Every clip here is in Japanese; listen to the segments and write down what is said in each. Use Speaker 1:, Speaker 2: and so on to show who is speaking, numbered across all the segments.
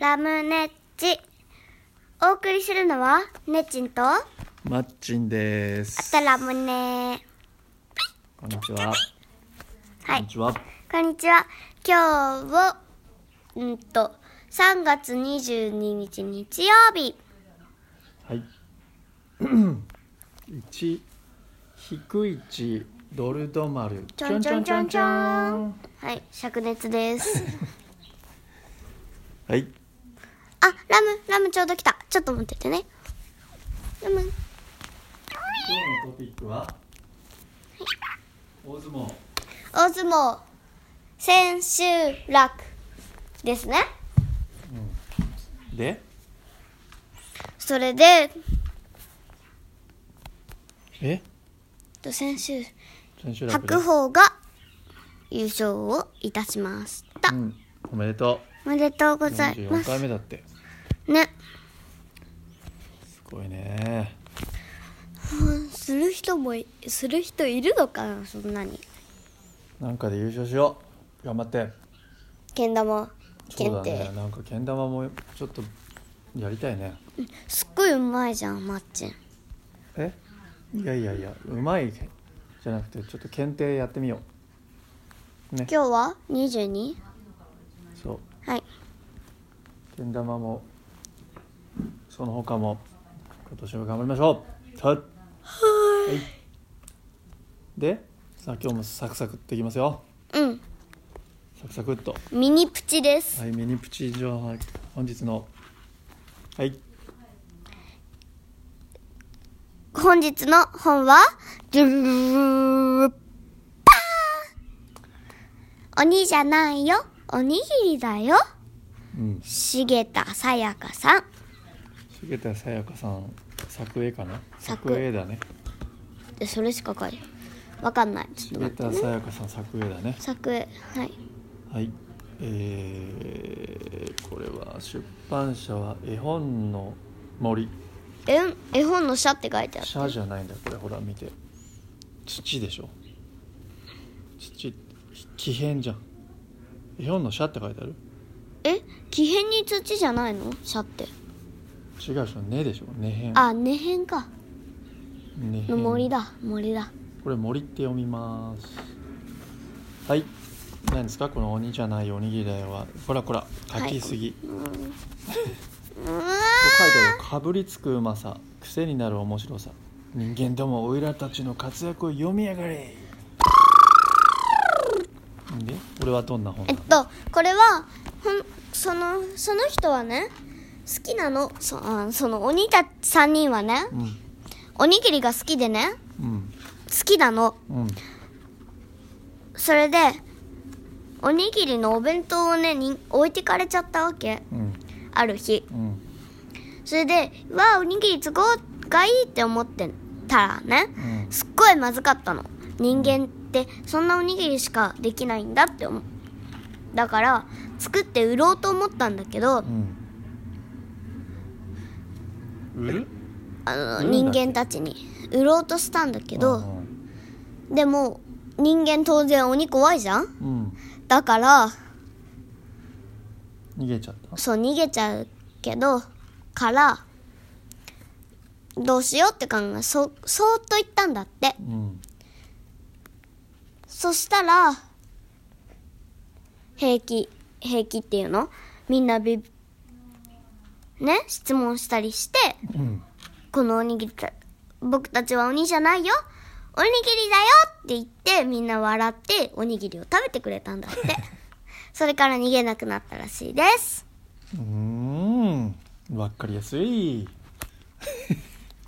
Speaker 1: ラムネッチ。お送りするのは、ネッチンと、あ
Speaker 2: マッチンです。
Speaker 1: とラムネ。
Speaker 2: こんにちは。
Speaker 1: は
Speaker 2: こん
Speaker 1: い
Speaker 2: に。ちは。
Speaker 1: こんにちは。今日を、うんと、3月22日日曜日。
Speaker 2: はい。 一低いちドル止まる。
Speaker 1: ちょんちょんちょんちょん。はい、灼熱です。
Speaker 2: はい。
Speaker 1: あ、ラム、ラムちょうど来た。ちょっと待っててね。ラム、
Speaker 2: 今日のトピックは大相撲。
Speaker 1: 大相撲、千秋楽ですね。
Speaker 2: で、
Speaker 1: それで、
Speaker 2: え？
Speaker 1: と千秋
Speaker 2: 千秋楽
Speaker 1: 白
Speaker 2: です。
Speaker 1: 鵬が優勝をいたしました、
Speaker 2: うん。おめでと
Speaker 1: おめでとうご
Speaker 2: う。
Speaker 1: ざ
Speaker 2: 四
Speaker 1: い
Speaker 2: 十
Speaker 1: ま
Speaker 2: 四
Speaker 1: す
Speaker 2: 回目だって。
Speaker 1: ね
Speaker 2: すごいね。
Speaker 1: する人もいする人いるのかなそんなに
Speaker 2: なんかで優勝しよう。頑張って。
Speaker 1: けん玉
Speaker 2: そう
Speaker 1: 検
Speaker 2: だ
Speaker 1: 定、
Speaker 2: ね。なんかけん玉もちょっとやりたいね。
Speaker 1: すっごいうまいじゃんマッチン
Speaker 2: えいやいやいやうまいじゃなくてちょっと検定やってみよ
Speaker 1: 今日は 22?
Speaker 2: うそう
Speaker 1: はい
Speaker 2: けん玉もその他も今年も頑張りましょうははいでさあ今日もサクサクっていきますよ
Speaker 1: うん
Speaker 2: サクサクっと
Speaker 1: ミニプチです
Speaker 2: はいミニプチ情報本日のはい
Speaker 1: 本日の本はドゥルルルルルパーン鬼じゃないよおにぎりだよ
Speaker 2: うん
Speaker 1: 茂田さやかさん
Speaker 2: 重田さやかさん作絵かな
Speaker 1: 作
Speaker 2: 作絵だね
Speaker 1: でそれしか書いてわかんないちょっと待っ
Speaker 2: 重
Speaker 1: て
Speaker 2: 田さやかさん作絵だね
Speaker 1: 作絵はい
Speaker 2: はい、えーこれは出版社は絵本の森
Speaker 1: 絵絵本の「社」って書いてある
Speaker 2: 社じゃないんだよこれほら見て土でしょ土木片じゃん絵本の社って書いてある
Speaker 1: え木片に土じゃないの「社」って
Speaker 2: 違うでしょ根でしょ根片
Speaker 1: あ根辺か
Speaker 2: 根
Speaker 1: の
Speaker 2: 片
Speaker 1: 森だ森だ
Speaker 2: これ森って読みますはい何ですかこの鬼じゃないおにぎりはほらほら書きすぎ、
Speaker 1: うーん
Speaker 2: 書いてあるよかぶりつくうまさ癖になる面白さ人間どもおいらたちの活躍を読みやがれんで俺はどんな本
Speaker 1: え
Speaker 2: な
Speaker 1: っ
Speaker 2: の
Speaker 1: とこれはほんそのその人はね好きなのそあその鬼たち3人はね
Speaker 2: うん
Speaker 1: おにぎりが好きでね
Speaker 2: うん
Speaker 1: 好きなの
Speaker 2: うん
Speaker 1: それでおにぎりのお弁当をねに置いてかれちゃったわけ
Speaker 2: うん
Speaker 1: ある日
Speaker 2: うん
Speaker 1: それで「わあおにぎり都合がいい」って思ってたらね
Speaker 2: うん
Speaker 1: すっごいまずかったの人間ってそんなおにぎりしかできないんだって思うだから作って売ろうと思ったんだけど
Speaker 2: うん売る
Speaker 1: あの
Speaker 2: 売る
Speaker 1: 人
Speaker 2: んだっけ
Speaker 1: 間たちに売ろうとしたんだけ
Speaker 2: う
Speaker 1: ど
Speaker 2: ん
Speaker 1: でも人間当然鬼怖いじゃん
Speaker 2: うん
Speaker 1: だから
Speaker 2: 逃げちゃった
Speaker 1: そう逃げちゃうけどからどうしようって考えそそーっと言ったんだって
Speaker 2: うん
Speaker 1: そしたら平気平気っていうのみんなびね質問したりして
Speaker 2: うん
Speaker 1: このおにぎりた僕たちは鬼じゃないよおにぎりだよって言ってみんな笑っておにぎりを食べてくれたんだってそれから逃げなくなったらしいです
Speaker 2: うーんわかりやすい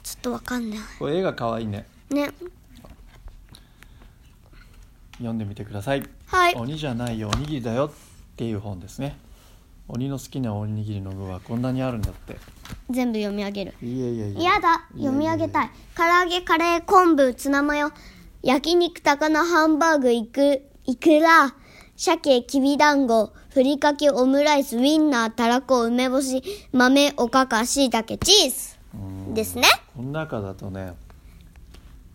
Speaker 1: ちょっとわかんない
Speaker 2: これ絵が可愛いね
Speaker 1: ね
Speaker 2: 読んでみてください
Speaker 1: はい
Speaker 2: 鬼じゃないよおにぎりだよっていう本ですね鬼の好きなおにぎりの具はこんなにあるんだって
Speaker 1: 全部読み上げる
Speaker 2: いやいやいや
Speaker 1: やだ読み上げた
Speaker 2: い
Speaker 1: い唐揚げカレー昆布ツナマヨ焼肉高菜ハンバーグいくいくら鮭きびだんごふりかけオムライスウインナーたらこ梅干し豆おかかしいたけチーズですね
Speaker 2: この中だとね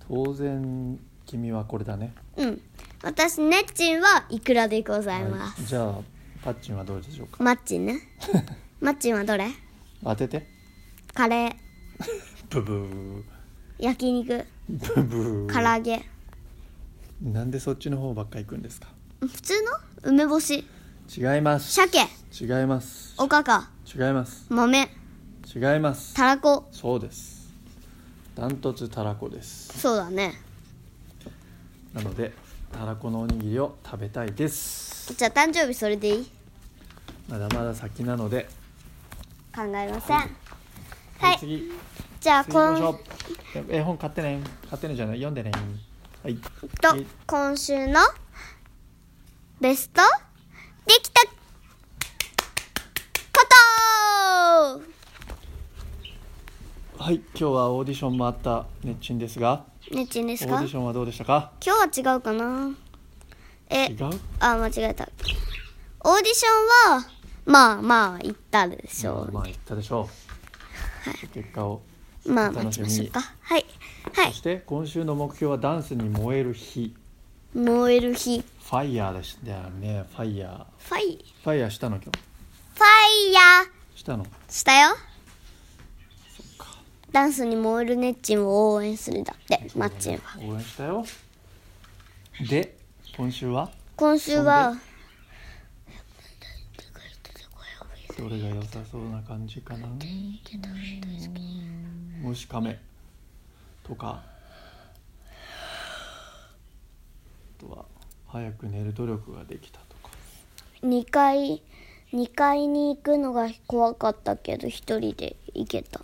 Speaker 2: 当然君はこれだね
Speaker 1: うん私ねっちんはいくらでござい
Speaker 2: は
Speaker 1: ます、
Speaker 2: いじゃあパッチンはどうでしょうか
Speaker 1: マッチねマッチンはどれ
Speaker 2: 当てて
Speaker 1: カレー
Speaker 2: ブブー
Speaker 1: 焼肉
Speaker 2: ブブー
Speaker 1: 唐揚げ
Speaker 2: なんでそっちの方ばっか行くんですか
Speaker 1: 普通の梅干し
Speaker 2: 違います
Speaker 1: 鮭
Speaker 2: 違います
Speaker 1: おかか
Speaker 2: 違います
Speaker 1: 豆
Speaker 2: 違います
Speaker 1: たらこ
Speaker 2: そうですダントツたらこです
Speaker 1: そうだね
Speaker 2: なのでたらこのおにぎりを食べたいです
Speaker 1: じゃあ誕生日それでいい
Speaker 2: まだまだ先なので
Speaker 1: 考えませんはい
Speaker 2: 次
Speaker 1: じゃあ
Speaker 2: 次行き
Speaker 1: 今
Speaker 2: ましょう絵本買ってね買ってねじゃない読んでねはい
Speaker 1: と
Speaker 2: え
Speaker 1: 今週のベストできたこと
Speaker 2: はい今日はオーディションもあった熱心ですが
Speaker 1: ねっちんです
Speaker 2: オー
Speaker 1: か
Speaker 2: ディションはどうでしたか
Speaker 1: 今日は違うかなえ
Speaker 2: 違う
Speaker 1: あ間違えたオーディションはまあまあ行ったでしょ
Speaker 2: まあ言ったでしょう、結果を
Speaker 1: うまあ
Speaker 2: お楽
Speaker 1: 待ち
Speaker 2: しみ
Speaker 1: ま
Speaker 2: に
Speaker 1: しょうかはいは
Speaker 2: そ
Speaker 1: い
Speaker 2: して今週の目標はダンスに燃える日
Speaker 1: 燃える日
Speaker 2: ファイヤーでしたよねファイヤー
Speaker 1: ファイ
Speaker 2: ファイヤーしたの今
Speaker 1: ファイヤー
Speaker 2: 日したの
Speaker 1: したよダンスに燃えるネッチンを応援するだってマッチンは
Speaker 2: 応援したよで今週は
Speaker 1: 今週は
Speaker 2: そんどれが良さそうな感じかな虫カメとかあとは早く寝る努力ができたとか
Speaker 1: 2階2階に行くのが怖かったけど一人で行けた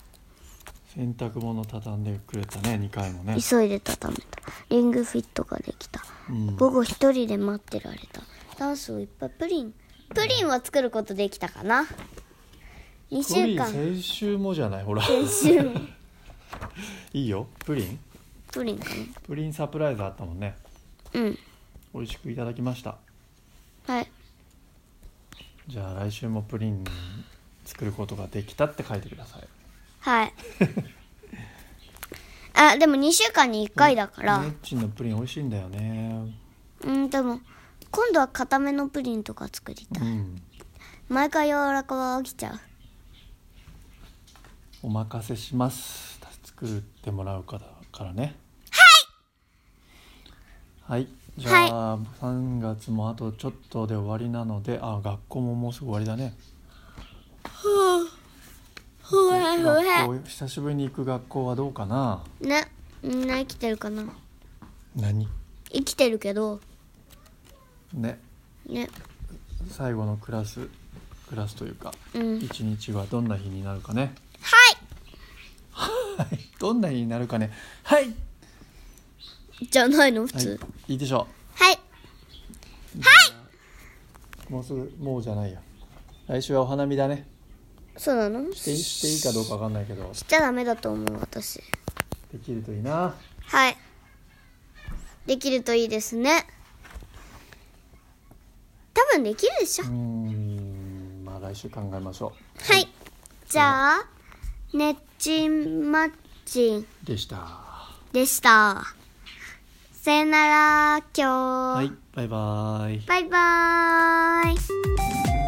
Speaker 2: 洗濯物畳んでくれたね2回もね
Speaker 1: 急いで畳めたリングフィットができた
Speaker 2: うん
Speaker 1: 午後一人で待ってられたダンスをいっぱいプリンプリンは作ることできたかな2
Speaker 2: プリ
Speaker 1: 週
Speaker 2: ン
Speaker 1: 間
Speaker 2: 先週もじゃないほら
Speaker 1: 先週も
Speaker 2: いいよプリン
Speaker 1: プリンかな
Speaker 2: プリンサプライズあったもんね
Speaker 1: うん
Speaker 2: 美味しくいただきました
Speaker 1: はい
Speaker 2: じゃあ来週もプリン作ることができたって書いてください
Speaker 1: はい あでも2週間に1回だから、
Speaker 2: ネッチのプリン美味しいんだよね
Speaker 1: うんでも今度は固めのプリンとか作りた
Speaker 2: う
Speaker 1: い
Speaker 2: ん
Speaker 1: 毎回柔らかは飽きちゃう
Speaker 2: お任せします作ってもらうからからねはいじゃあ、3月もあとちょっとで終わりなのであ学校ももうすぐ終わりだね
Speaker 1: ふわふ
Speaker 2: 学
Speaker 1: わ
Speaker 2: 校久しぶりに行く学校はどうかな
Speaker 1: ねみんな生きてるかな
Speaker 2: 何
Speaker 1: 生きてるけど
Speaker 2: ね
Speaker 1: ね
Speaker 2: 最後のクラスクラスというか
Speaker 1: うんはい
Speaker 2: 一日はどんな日になるかねはいどんな日になるかねはい、
Speaker 1: じゃないの普
Speaker 2: は
Speaker 1: 通
Speaker 2: い、いいでしょ
Speaker 1: はい、
Speaker 2: うもうすぐもうじゃないや来週はお花見だね
Speaker 1: そうなの
Speaker 2: していしていいかどうかわかんないけど
Speaker 1: しちゃダメだと思う私
Speaker 2: できるといいな
Speaker 1: はいできるといいですね多分できるでしょ
Speaker 2: うーんまあ来週考えましょ
Speaker 1: はいじゃあねっちんまっちん
Speaker 2: うでしたは
Speaker 1: でしたさよなら今日、
Speaker 2: いバイバイ
Speaker 1: バイバーイ